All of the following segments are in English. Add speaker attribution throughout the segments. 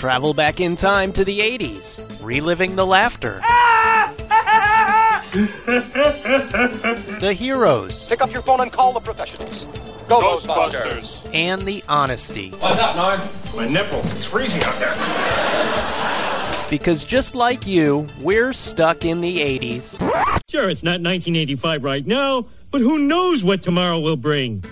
Speaker 1: Travel back in time to the 80s, reliving the laughter. the heroes.
Speaker 2: Pick up your phone and call the professionals. Go Ghostbusters.
Speaker 1: And the honesty.
Speaker 3: What's up, Norm? My nipples. It's freezing out there.
Speaker 1: Because just like you, we're stuck in the 80s.
Speaker 4: Sure, it's not 1985 right now, but who knows what tomorrow will bring.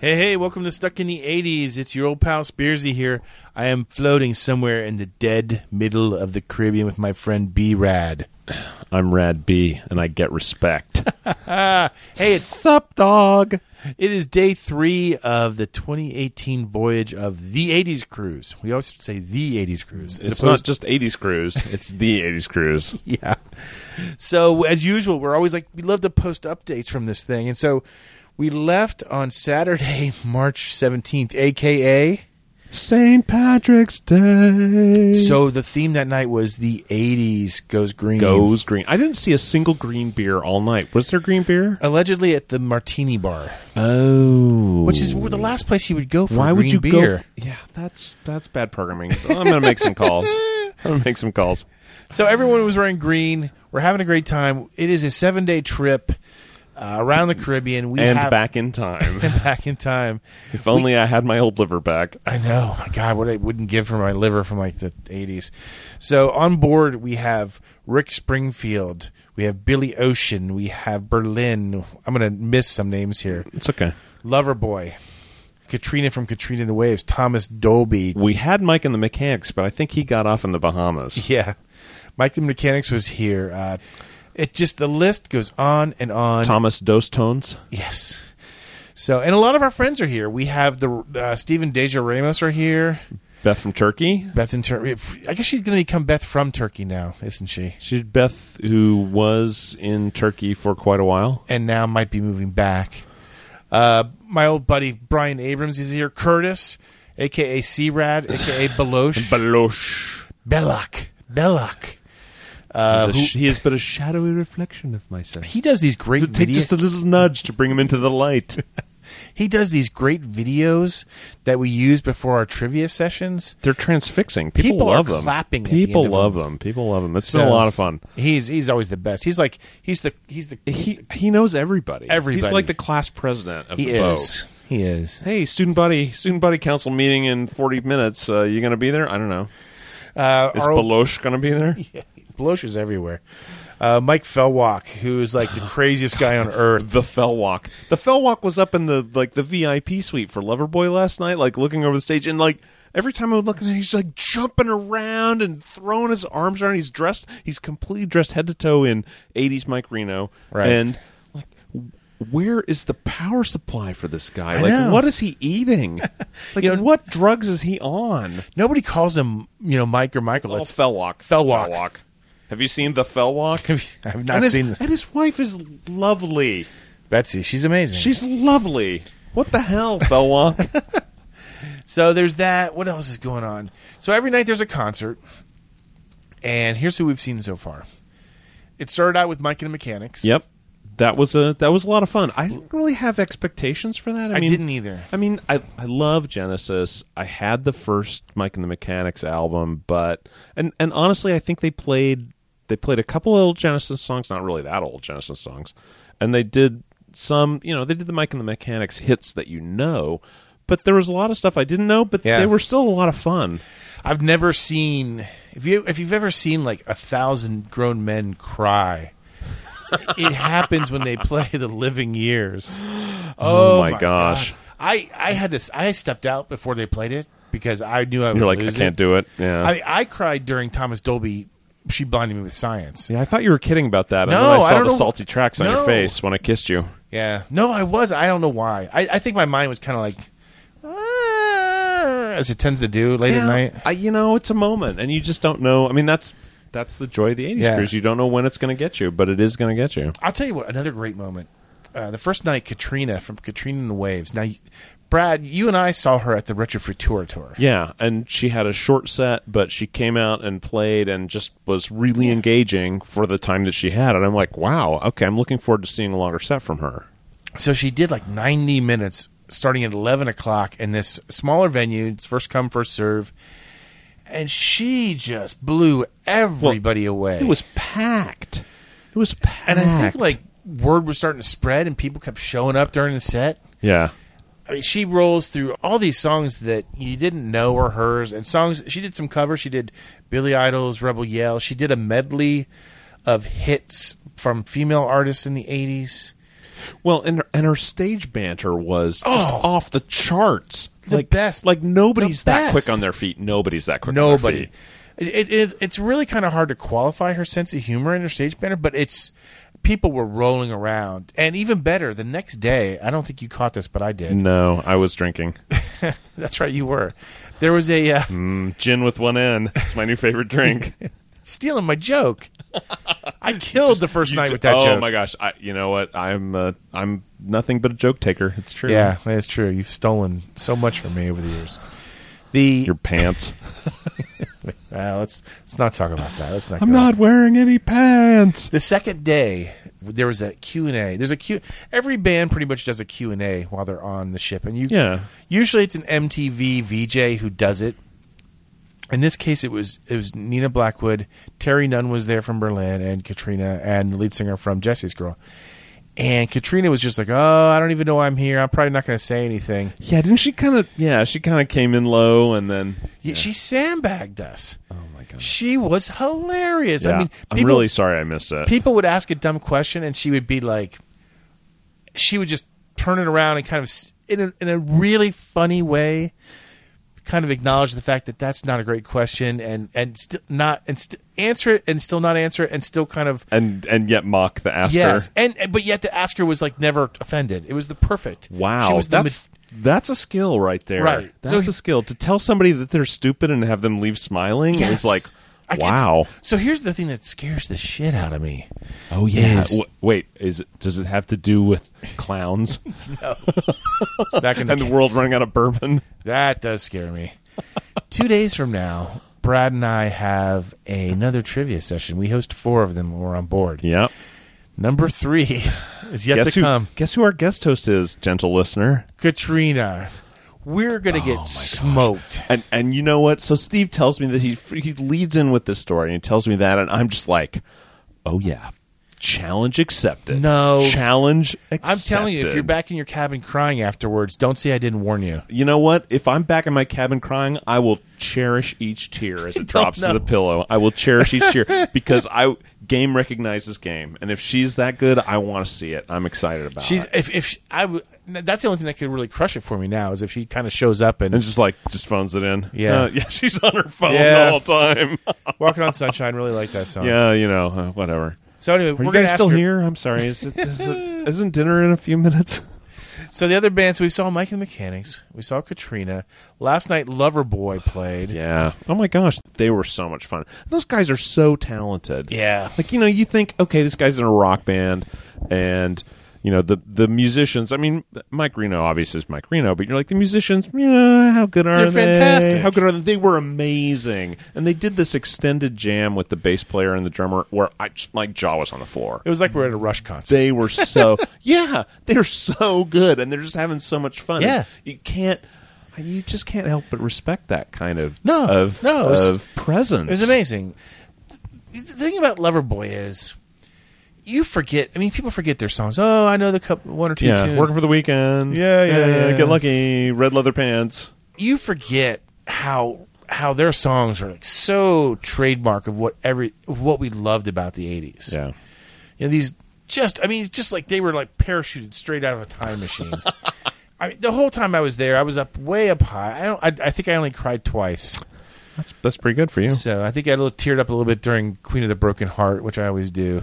Speaker 5: Hey, hey, welcome to Stuck in the 80s. It's your old pal Spearsy here. I am floating somewhere in the dead middle of the Caribbean with my friend B Rad.
Speaker 6: I'm Rad B, and I get respect.
Speaker 5: Hey, it's
Speaker 6: Sup, dog?
Speaker 5: it is day three of the 2018 voyage of the 80s cruise. We always say the 80s cruise. as
Speaker 6: It's
Speaker 5: opposed
Speaker 6: not just 80s cruise, it's the 80s cruise.
Speaker 5: yeah. So as usual, we're always like we love to post updates from this thing, and so we left on Saturday, March seventeenth, aka.
Speaker 6: St. Patrick's Day.
Speaker 5: So the theme that night was the '80s goes green.
Speaker 6: goes green. I didn't see a single green beer all night. Was there green beer?
Speaker 5: allegedly at the Martini Bar,
Speaker 6: Oh.
Speaker 5: which is the last place you would go for
Speaker 6: Why would
Speaker 5: green
Speaker 6: you
Speaker 5: beer.
Speaker 6: go? yeah, that's that's bad programming. I'm going to make some calls. I'm going to make some calls.
Speaker 5: so everyone was wearing green. We're having a great time. It is a seven-day trip uh, around the Caribbean. We
Speaker 6: and
Speaker 5: have-
Speaker 6: back in time.
Speaker 5: back in time.
Speaker 6: if only I had my old liver back.
Speaker 5: I know. My God, what I wouldn't give for my liver from like the eighties. So on board we have Rick Springfield, we have Billy Ocean, we have Berlin. I'm gonna miss some names here.
Speaker 6: It's okay.
Speaker 5: Loverboy, Katrina from Katrina and the Waves, Thomas Dolby.
Speaker 6: We had Mike and the Mechanics, but I think he got off in the Bahamas.
Speaker 5: Yeah, Mike the Mechanics was here. Uh, it just the list goes on and on.
Speaker 6: Thomas Dostones.
Speaker 5: Yes. So and a lot of our friends are here. We have the uh, Stephen Deja Ramos are here.
Speaker 6: Beth from Turkey.
Speaker 5: Beth in Turkey. I guess she's going to become Beth from Turkey now, isn't she?
Speaker 6: She's Beth, who was in Turkey for quite a while.
Speaker 5: And now might be moving back. Uh, my old buddy Brian Abrams is here. Curtis, aka C Rad, aka Belosh.
Speaker 6: Balosh.
Speaker 5: Belloc. Belloc.
Speaker 6: He's a sh- Uh, he is but a shadowy reflection of myself.
Speaker 5: He does these great
Speaker 6: It'll take
Speaker 5: videos.
Speaker 6: just a little nudge to bring him into the light.
Speaker 5: he does these great videos that we use before our trivia sessions.
Speaker 6: They're transfixing. People,
Speaker 5: People are
Speaker 6: love them.
Speaker 5: clapping at the
Speaker 6: People
Speaker 5: end of
Speaker 6: love them. People love them. It's been a lot of fun.
Speaker 5: He's he's always the best. He's like he's the he's the
Speaker 6: He he knows everybody. He's
Speaker 5: Everybody.
Speaker 6: like the class president of
Speaker 5: he
Speaker 6: the
Speaker 5: is
Speaker 6: boat.
Speaker 5: he is.
Speaker 6: Hey, student body, student body council meeting in forty minutes. Uh, you going to be there? I don't know.
Speaker 5: Uh,
Speaker 6: Is
Speaker 5: our old-
Speaker 6: Balosh going to be there?
Speaker 5: Blosher's everywhere. Uh, Mike Fellwalk, who is like the craziest guy on earth.
Speaker 6: The Fell Walk. The Fell Walk was up in the like the VIP suite for Loverboy last night, like looking over the stage, and like every time I would look at him, he's like jumping around and throwing his arms around. He's dressed, he's completely dressed head to toe in '80s Mike Reno,
Speaker 5: Right.
Speaker 6: And like, w- where is the power supply for this guy?
Speaker 5: I
Speaker 6: like,
Speaker 5: know.
Speaker 6: what is he eating? like,
Speaker 5: You know-
Speaker 6: what drugs is he on?
Speaker 5: Nobody calls him, you know, Mike or Michael.
Speaker 6: It's
Speaker 5: It's-
Speaker 6: Fell Walk.
Speaker 5: Fell Walk.
Speaker 6: Have you seen the Fell Walk?
Speaker 5: I've
Speaker 6: and
Speaker 5: not
Speaker 6: his,
Speaker 5: seen this.
Speaker 6: and his wife is lovely.
Speaker 5: Betsy. She's amazing.
Speaker 6: She's lovely. What the hell, Fella?
Speaker 5: so there's that. What else is going on? So every night there's a concert, and here's who we've seen so far. It started out with Mike and the Mechanics.
Speaker 6: yep. That was a that was a lot of fun. I didn't really have expectations for that. I,
Speaker 5: I
Speaker 6: mean,
Speaker 5: didn't either.
Speaker 6: I mean, I I love Genesis. I had the first Mike and the Mechanics album, but and and honestly, I think they played they played a couple old Genesis songs, not really that old Genesis songs, and they did some. You know, they did the Mike and the Mechanics hits that you know, but there was a lot of stuff I didn't know, but
Speaker 5: Yeah.
Speaker 6: they were still a lot of fun.
Speaker 5: I've never seen if you if you've ever seen like a thousand grown men cry. it happens when they play the living years. Oh,
Speaker 6: my gosh.
Speaker 5: God. I I had this. I stepped out before they played it because I knew I would
Speaker 6: You're like, I
Speaker 5: lose
Speaker 6: can't do it. Yeah.
Speaker 5: I I cried during Thomas Dolby. She blinded me with science.
Speaker 6: Yeah, I thought you were kidding about that. And
Speaker 5: No,
Speaker 6: then I saw
Speaker 5: I don't
Speaker 6: the
Speaker 5: know-
Speaker 6: salty tracks on your
Speaker 5: No.
Speaker 6: face when I kissed you.
Speaker 5: Yeah. No, I was. I don't know why. I, I think my mind was kind of like, "Ah," as it tends to do late at night.
Speaker 6: I, you know, it's a moment, and you just don't know. I mean, that's that's the joy of the 80s
Speaker 5: Yeah.
Speaker 6: cruise. You don't know when it's going to get you, but it is going to get you.
Speaker 5: I'll tell you what. Another great moment. Uh, the first night, Katrina from Katrina and the Waves. Now, you- Brad, you and I saw her at the Retrofritura tour.
Speaker 6: Yeah, and she had a short set, but she came out and played and just was really engaging for the time that she had. And I'm like, wow, okay, I'm looking forward to seeing a longer set from her.
Speaker 5: So she did like 90 minutes starting at 11 o'clock in this smaller venue. It's first come, first serve. And she just blew everybody away.
Speaker 6: It was packed. It was packed.
Speaker 5: and I think like word was starting to spread, and people kept showing up during the set.
Speaker 6: yeah,
Speaker 5: I mean, she rolls through all these songs that you didn't know were hers, and songs she did some covers. She did Billy Idol's "Rebel Yell." She did a medley of hits from female artists in the '80s.
Speaker 6: Well, and her, and her stage banter was just
Speaker 5: Oh.
Speaker 6: off the charts.
Speaker 5: The
Speaker 6: like,
Speaker 5: best.
Speaker 6: Like nobody's
Speaker 5: The
Speaker 6: that
Speaker 5: best.
Speaker 6: quick on their feet. Nobody's that quick. On their
Speaker 5: Nobody.
Speaker 6: feet.
Speaker 5: It, it, it's really kind of hard to qualify her sense of humor and her stage banner, but it's people were rolling around, and even better, the next day. I don't think you caught this, but I did.
Speaker 6: No, I was drinking
Speaker 5: That's right, you were. There was a uh,
Speaker 6: Mm. gin with one end. It's my new favorite drink.
Speaker 5: stealing my joke. I killed the first
Speaker 6: You
Speaker 5: night
Speaker 6: ju-
Speaker 5: with that
Speaker 6: oh
Speaker 5: joke.
Speaker 6: my gosh! I, you know what? I'm uh, I'm nothing but a joke taker. It's true.
Speaker 5: Yeah, that's true. You've stolen so much from me over the years. The
Speaker 6: Your pants.
Speaker 5: uh, let's let's not talk about that. Let's not.
Speaker 6: I'm
Speaker 5: go
Speaker 6: not wearing any pants.
Speaker 5: The second day, there was that Q and A. There's a Q. Every band pretty much does a Q and A while they're on the ship, and you.
Speaker 6: Yeah.
Speaker 5: Usually, it's an MTV VJ who does it. In this case, it was it was Nina Blackwood, Terry Nunn was there from Berlin, and Katrina and the lead singer from Jesse's Girl. And Katrina was just like, "Oh, I don't even know why I'm here. I'm probably not going to say anything."
Speaker 6: Yeah, didn't she kind of? Yeah, she kind of came in low and then.
Speaker 5: Yeah. She sandbagged us.
Speaker 6: Oh my gosh.
Speaker 5: She was hilarious. I mean,
Speaker 6: I'm
Speaker 5: people,
Speaker 6: really sorry I missed it.
Speaker 5: people would ask a dumb question, and she would be like, she would just turn it around and kind of, s- in a, in a really funny way, kind of acknowledge the fact that that's not a great question, and and still not and st- answer it, and still not answer it, and still kind of
Speaker 6: and and yet mock the aster.
Speaker 5: yes, and and- but yet the asker was like never offended. It was the perfect. she
Speaker 6: Wow,
Speaker 5: was the ma-
Speaker 6: that's that's a skill right there.
Speaker 5: Right.
Speaker 6: that's
Speaker 5: So-
Speaker 6: a skill to tell somebody that they're stupid and have them leave smiling
Speaker 5: Yes.
Speaker 6: is like,
Speaker 5: I can't s-
Speaker 6: wow.
Speaker 5: So here's the thing that scares the shit out of me.
Speaker 6: Oh
Speaker 5: yeah.
Speaker 6: W- wait, is it? Does it have to do with clowns
Speaker 5: Back in
Speaker 6: and the world running out of bourbon?
Speaker 5: That does scare me. Two days from now, Brad and I have another trivia session. We host four of them when we're on board.
Speaker 6: Yep.
Speaker 5: Number three is yet
Speaker 6: Guess
Speaker 5: to
Speaker 6: who?
Speaker 5: come.
Speaker 6: Guess who our guest host is, gentle listener.
Speaker 5: Katrina. We're going
Speaker 6: Oh
Speaker 5: to get smoked.
Speaker 6: And and you know what? So Steve tells me that he he leads in with this story and he tells me that, and I'm just like, oh yeah, challenge accepted.
Speaker 5: No.
Speaker 6: challenge accepted.
Speaker 5: I'm telling you, if you're back in your cabin crying afterwards, don't say I didn't warn you.
Speaker 6: you know what? If I'm back in my cabin crying, I will cherish each tear as it drops to
Speaker 5: know.
Speaker 6: the pillow. I will cherish each tear because I game recognizes game, and if she's that good, I want to see it. I'm excited about
Speaker 5: She's
Speaker 6: it.
Speaker 5: if if she- I w- that's the only thing that could really crush it for me now is if she kind of shows up
Speaker 6: And
Speaker 5: and
Speaker 6: just like just phones it in.
Speaker 5: Yeah.
Speaker 6: Uh, yeah. She's on her phone
Speaker 5: Yeah.
Speaker 6: the whole time.
Speaker 5: Walking on Sunshine really like that song.
Speaker 6: yeah, you know, uh, whatever.
Speaker 5: So anyway,
Speaker 6: Are
Speaker 5: we're
Speaker 6: you
Speaker 5: gonna
Speaker 6: guys
Speaker 5: ask
Speaker 6: still
Speaker 5: her-
Speaker 6: here? I'm sorry. Is it, is it, isn't dinner in a few minutes?
Speaker 5: So the other bands we saw Mike and the Mechanics, we saw Katrina. Last night Loverboy played.
Speaker 6: Yeah. Oh my gosh, they were so much fun. Those guys are so talented.
Speaker 5: Yeah.
Speaker 6: Like you know, you think okay, this guy's in a rock band, and you know the the musicians. I mean, Mike Reno obviously is Mike Reno, but you're like the musicians. Yeah, how good are
Speaker 5: They're
Speaker 6: they?
Speaker 5: fantastic.
Speaker 6: How good are they? They were amazing, and they did this extended jam with the bass player and the drummer, where I just, my jaw was on the floor.
Speaker 5: It was like we were at a Rush concert.
Speaker 6: They were so yeah, they're so good, and they're just having so much fun.
Speaker 5: Yeah.
Speaker 6: you can't, you just can't help but respect that kind of
Speaker 5: No,
Speaker 6: of
Speaker 5: no, it was-
Speaker 6: of presence.
Speaker 5: it was amazing. The thing about Loverboy is you forget. I mean, people forget their songs. Oh, I know the couple, one or two
Speaker 6: Yeah,
Speaker 5: tunes.
Speaker 6: working for the weekend. Eh,
Speaker 5: Yeah, yeah, yeah.
Speaker 6: Get lucky. Red leather pants.
Speaker 5: you forget how how their songs are like so trademark of what every what we loved about the eighties. you know, these just I mean, it's just like they were like parachuted straight out of a time machine. I mean, the whole time I was there, I was up way up high. I don't. I, I think I only cried twice.
Speaker 6: that's that's pretty good for you.
Speaker 5: So I think I little teared up a little bit during Queen of the Broken Heart, which I always do.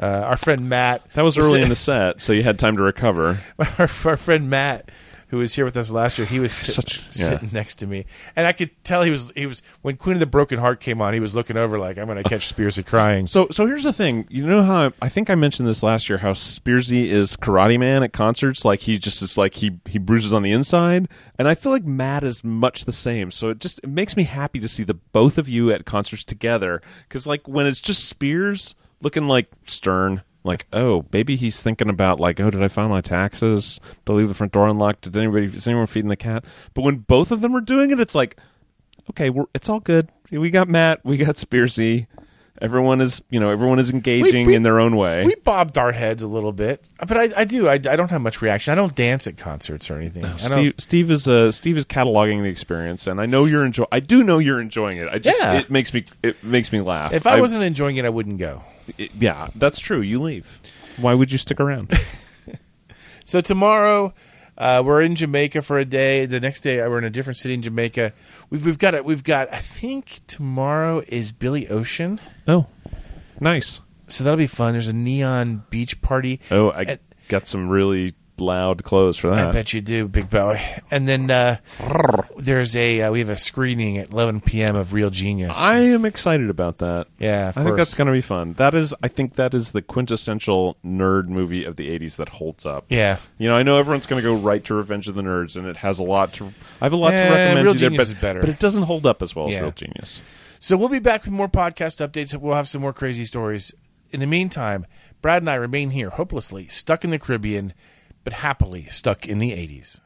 Speaker 5: Uh, our friend Matt.
Speaker 6: That was early in the
Speaker 5: sit-
Speaker 6: set, so you had time to recover.
Speaker 5: Our, our friend Matt, who was here with us last year, he was sit-
Speaker 6: Such- yeah.
Speaker 5: sitting next to me, and I could tell he was he was when Queen of the Broken Heart came on, he was looking over like I'm going to catch Spearsy crying.
Speaker 6: So, so here's the thing. You know how I think I mentioned this last year. How Spearsy is Karate Man at concerts. Like he just is like he he bruises on the inside, and I feel like Matt is much the same. So it just it makes me happy to see the both of you at concerts together. Because like when it's just Spears looking like stern Like, oh, maybe he's thinking about like, oh, did I find my taxes? Did I leave the front door unlocked? Did anybody is anyone feeding the cat? But when both of them are doing it, it's like, okay, we're, it's all good. We got Matt. We got Spearsy. Everyone is, you know, everyone is engaging
Speaker 5: we-
Speaker 6: in their own way.
Speaker 5: We bobbed our heads a little bit, but I, I do. I, I don't have much reaction. I don't dance at concerts or anything. I don't-
Speaker 6: Steve, Steve is uh, Steve is cataloging the experience, and I know you're enjoy. I do know you're enjoying it. I just
Speaker 5: Yeah.
Speaker 6: it makes me it makes me laugh.
Speaker 5: if I wasn't enjoying it, I wouldn't go.
Speaker 6: it- yeah, that's true. You leave. Why would you stick around?
Speaker 5: So tomorrow, uh, we're in Jamaica for a day. The next day, uh, we're in a different city in Jamaica. We've, we've got it. We've got. I think tomorrow is Billy Ocean,
Speaker 6: oh, nice.
Speaker 5: so that'll be fun. There's a neon beach party.
Speaker 6: Oh, I uh.
Speaker 5: And-
Speaker 6: got some really loud clothes for that.
Speaker 5: I bet you do, Big Bowie. And then uh, there's a uh, we have a screening at 11 p.m. of Real Genius.
Speaker 6: I am excited about that.
Speaker 5: Yeah, of
Speaker 6: I think
Speaker 5: course.
Speaker 6: that's going to be fun. That is, I think that is the quintessential nerd movie of the '80s that holds up.
Speaker 5: Yeah.
Speaker 6: you know, I know everyone's going to go right to Revenge of the Nerds, and it has a lot to. I have a lot
Speaker 5: Eh,
Speaker 6: to recommend
Speaker 5: Real
Speaker 6: you there,
Speaker 5: Genius
Speaker 6: but,
Speaker 5: is better.
Speaker 6: but it doesn't hold up as well
Speaker 5: Yeah.
Speaker 6: as Real Genius.
Speaker 5: So we'll be back with more podcast updates. We'll have some more crazy stories. In the meantime, Brad and I remain here, hopelessly stuck in the Caribbean, but happily stuck in the 80s.